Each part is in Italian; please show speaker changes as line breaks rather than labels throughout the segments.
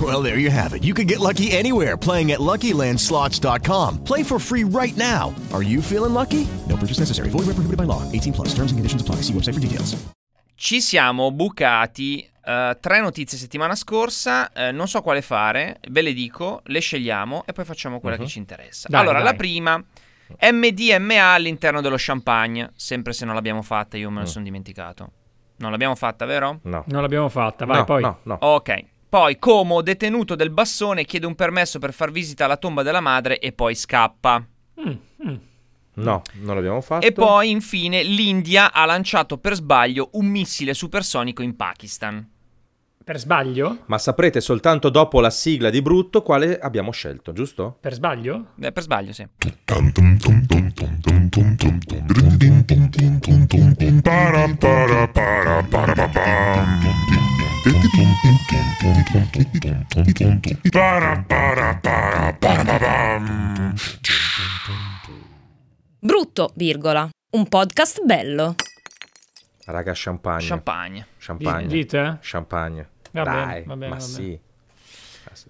Well, there you have it. You can get lucky anywhere playing at LuckyLandSlots.com. Play for free right now. Are you feeling lucky? No purchase necessary. Void where prohibited by law. 18 plus. Terms and conditions apply. See website for details.
Ci siamo bucati eh, tre notizie settimana scorsa, eh, non so quale fare, ve le dico, le scegliamo e poi facciamo quella che ci interessa.
Mhm. Dai,
allora, la
dai.
prima, MDMA all'interno dello champagne, sempre se non l'abbiamo fatta, io me ne sono dimenticato. Non l'abbiamo fatta, vero?
Mm. No.
Non l'abbiamo fatta, vai
no,
poi.
No, no.
Ok. Poi Como, detenuto del Bassone, chiede un permesso per far visita alla tomba della madre e poi scappa.
No, non l'abbiamo fatto.
Mm. E poi, infine, l'India ha lanciato per sbaglio un missile supersonico in Pakistan.
Per sbaglio?
Ma saprete soltanto dopo la sigla di brutto quale abbiamo scelto, giusto?
Per sbaglio?
Eh, per sbaglio, sì.
Brutto, virgola. Un podcast bello.
Raga, champagne.
Champagne.
champagne.
Di- dite?
Champagne.
Va bene,
Dai,
va bene,
ma
va bene.
sì.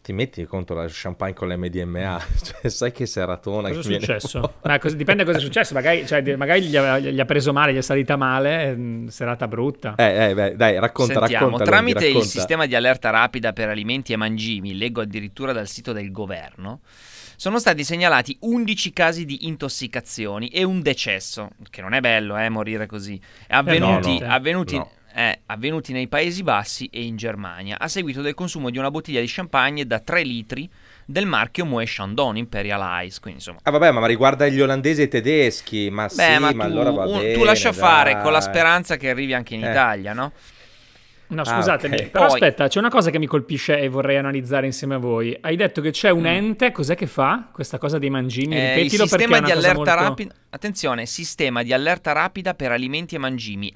Ti metti contro la champagne con l'MDMA? Cioè, sai che seratona
Cosa è
che viene
successo?
fuori?
Ma cosa- dipende da cosa è successo, magari, cioè, di- magari gli, ha, gli ha preso male, gli è salita male, mm, serata brutta.
Eh, eh, beh, dai, racconta,
Sentiamo,
racconta.
tramite
Longhi,
il
racconta.
sistema di allerta rapida per alimenti e mangimi, leggo addirittura dal sito del governo, sono stati segnalati 11 casi di intossicazioni e un decesso, che non è bello, eh, morire così, avvenuti,
no, no,
avvenuti-
no.
eh, avvenuti nei Paesi Bassi e in Germania, a seguito del consumo di una bottiglia di champagne da 3 litri del marchio Moët Chandon Imperial Ice, quindi insomma...
Ah, vabbè, ma riguarda gli olandesi e i tedeschi. Ma
Beh,
sì,
ma
ma,
tu,
allora va
un-
bene.
tu lascia
dai.
fare con la speranza che arrivi anche in
Eh.
Italia, no?
No,
Ah,
scusatemi,
ok.
però
Poi-
aspetta, c'è una cosa che mi colpisce e vorrei analizzare insieme a voi. Hai detto che c'è un ente, cos'è che fa questa cosa dei mangimi?
Eh,
Ripetilo
il sistema
perché
di
è una cosa
allerta
molto...
rapida. Attenzione, sistema di allerta rapida per alimenti e mangimi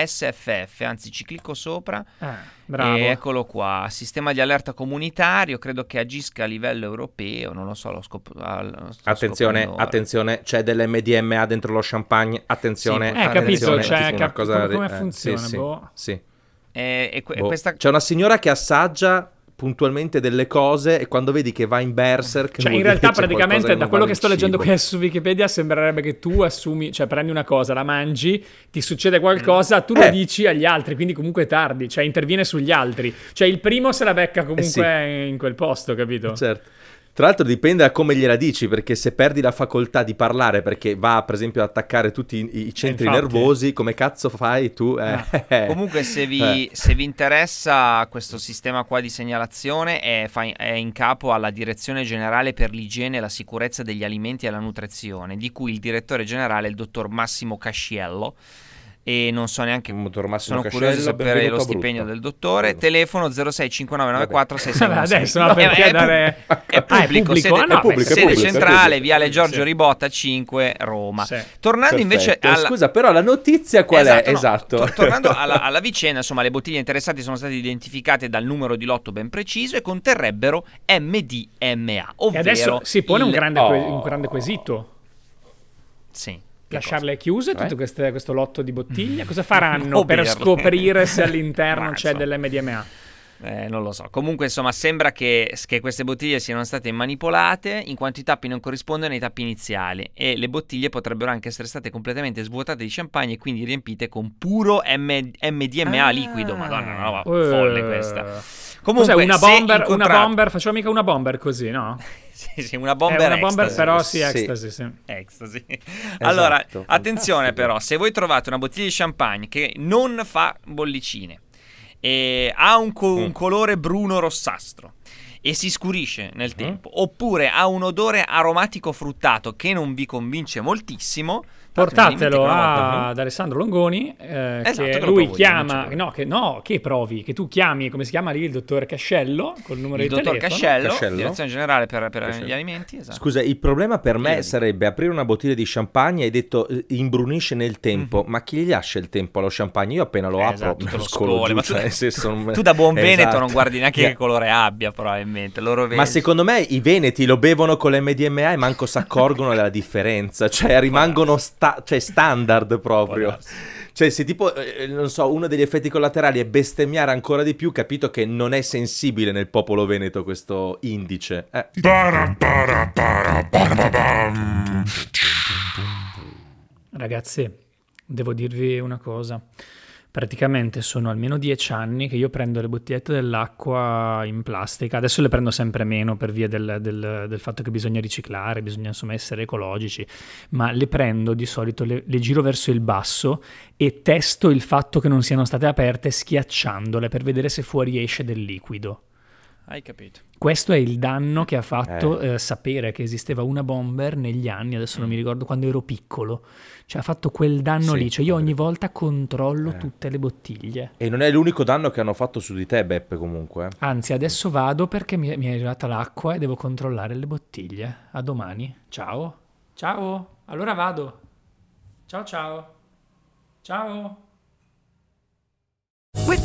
RASFF. Anzi, ci clicco sopra.
Ah, bravo.
E eccolo qua. Sistema di allerta comunitario. Credo che agisca a livello europeo. Non lo so. Lo scop- ah, lo sto
Attenzione,
scoprendo ora.
attenzione, c'è dell'MDMA dentro lo champagne. Attenzione,
Sì,
Eh,
capito,
attenzione,
cioè,
tipo una
cap- come-
re-
come
eh,
funziona,
sì, sì,
boh.
sì.
Eh, e que- e
Boh.
questa-
C'è una signora che assaggia puntualmente delle cose e quando vedi che va in berserk.
Cioè,
vuol
in
dire
realtà,
c'è qualcosa
praticamente,
che non
da
va
quello
nel
che sto leggendo
cibo.
qui su Wikipedia, sembrerebbe che tu assumi, cioè prendi una cosa, la mangi, ti succede qualcosa, tu lo
Eh.
dici agli altri, quindi comunque è tardi, cioè interviene sugli altri. Cioè, il primo se la becca comunque
Eh sì.
in quel posto, capito?
Certo. Tra l'altro dipende da come gliela dici, perché se perdi la facoltà di parlare perché va per esempio ad attaccare tutti i, i centri
infatti.
nervosi, come cazzo fai tu? Eh, eh.
Comunque, se vi,
Eh.
se vi interessa questo sistema qua di segnalazione, è, fa- è in capo alla Direzione Generale per l'Igiene e la Sicurezza degli Alimenti e la Nutrizione, di cui il direttore generale è il dottor Massimo Casciello. E non so neanche.
Dottor Mm, Massimo
Sono
Cascello,
curioso di sapere
benvenuto
lo
a Brutto.
stipendio del dottore.
Prego.
Telefono 065994
Vabbè, adesso, ma perché dare-
È
Ah, è
pubblico,
pubblico?
sede,
Ah, no,
è
pubblico, è
sede
pubblico, è
centrale,
pubblico.
Viale Giorgio
Sì.
Roma, 5 Roma.
Sì.
Tornando invece
Perfetto.
alla...
Scusa, però la notizia qual è?
no.
Esatto.
Tor- tornando alla, alla vicenda, insomma, le bottiglie interessate sono state identificate dal numero di lotto ben preciso e conterrebbero MDMA,
E
ovvero
adesso si pone un,
il-
grande
oh.
que- un grande quesito.
Sì. che
Lasciarle chiuse, tutto
Eh? Mm.
queste- questo lotto di bottiglie, cosa faranno
O
per
berle.
scoprire se all'interno c'è
Mazza.
dell'MDMA?
Eh, non lo so. Comunque, insomma, sembra che, che queste bottiglie siano state manipolate in quanto i tappi non corrispondono ai tappi iniziali e le bottiglie potrebbero anche essere state completamente svuotate di champagne e quindi riempite con puro M- MDMA
Ah.
liquido. Madonna, una roba
Eh.
folle questa. Comunque,
Cos'è una
se
bomber,
incontrate-
una bomber, facciamo mica una bomber così, no?
sì, sì, una bomber,
È una bomber
ecstasy.
però sì,
Sì.
ecstasy, sì.
Ecstasy. Allora, attenzione
Esatto. fantastico.
però, se voi trovate una bottiglia di champagne che non fa bollicine, e ha un, co- un
Mm.
colore bruno rossastro e si scurisce
Mm-hmm.
nel tempo, oppure ha un odore aromatico fruttato che non vi convince moltissimo,
Portatelo
Fatemi una volta, mm-hmm,
a- ad Alessandro Longoni, eh,
Esatto,
che
che lo
lui
provo io, non
chiama,
c'è problema.
no che, no, che provi, che tu chiami, come si chiama lì, il dottor Cascello, col numero
Il
di
dottor
telefono.
Cascello,
Cascello.
direzione generale per, per
Cascello.
gli alimenti. Esatto.
Scusa, il problema per me
Chiedi.
sarebbe aprire una bottiglia di champagne e hai detto eh, imbrunisce nel tempo, ma chi gli lascia il tempo allo champagne? Io appena lo
Mm-hmm. Eh,
apro
esatto,
me
te
lo
lo
scolo
scoli,
giù,
ma tu-
cioè, nel senso, non me-
Tu da buon
Eh,
Veneto
esatto.
non guardi neanche
Yeah.
che colore abbia, probabilmente. Loro
Ma
vedi.
secondo me i veneti lo bevono con l'MDMA e manco si accorgono della differenza, cioè rimangono sta- cioè, standard proprio. Cioè se tipo, eh, non so, uno degli effetti collaterali è bestemmiare ancora di più, capito che non è sensibile nel popolo veneto questo indice. Eh,
Ragazzi, devo dirvi una cosa. Praticamente sono almeno dieci anni che io prendo le bottigliette dell'acqua in plastica. Adesso le prendo sempre meno per via del, del- del fatto che bisogna riciclare, bisogna insomma essere ecologici. Ma le prendo di solito, le, le giro verso il basso e testo il fatto che non siano state aperte schiacciandole per vedere se fuori esce del liquido.
Hai capito.
Questo è il danno che ha fatto eh, sapere che esisteva una bomber negli anni, adesso non mi ricordo quando ero piccolo. Cioè ha fatto quel danno
Mm. Sì,
lì, cioè io ogni volta controllo
Eh.
tutte le bottiglie.
E non è l'unico danno che hanno fatto su di te, Beppe, comunque. eh.
Anzi, adesso vado perché mi, mi è arrivata l'acqua e devo controllare le bottiglie. A domani. Ciao. Ciao. Allora vado. Ciao ciao. Ciao.
With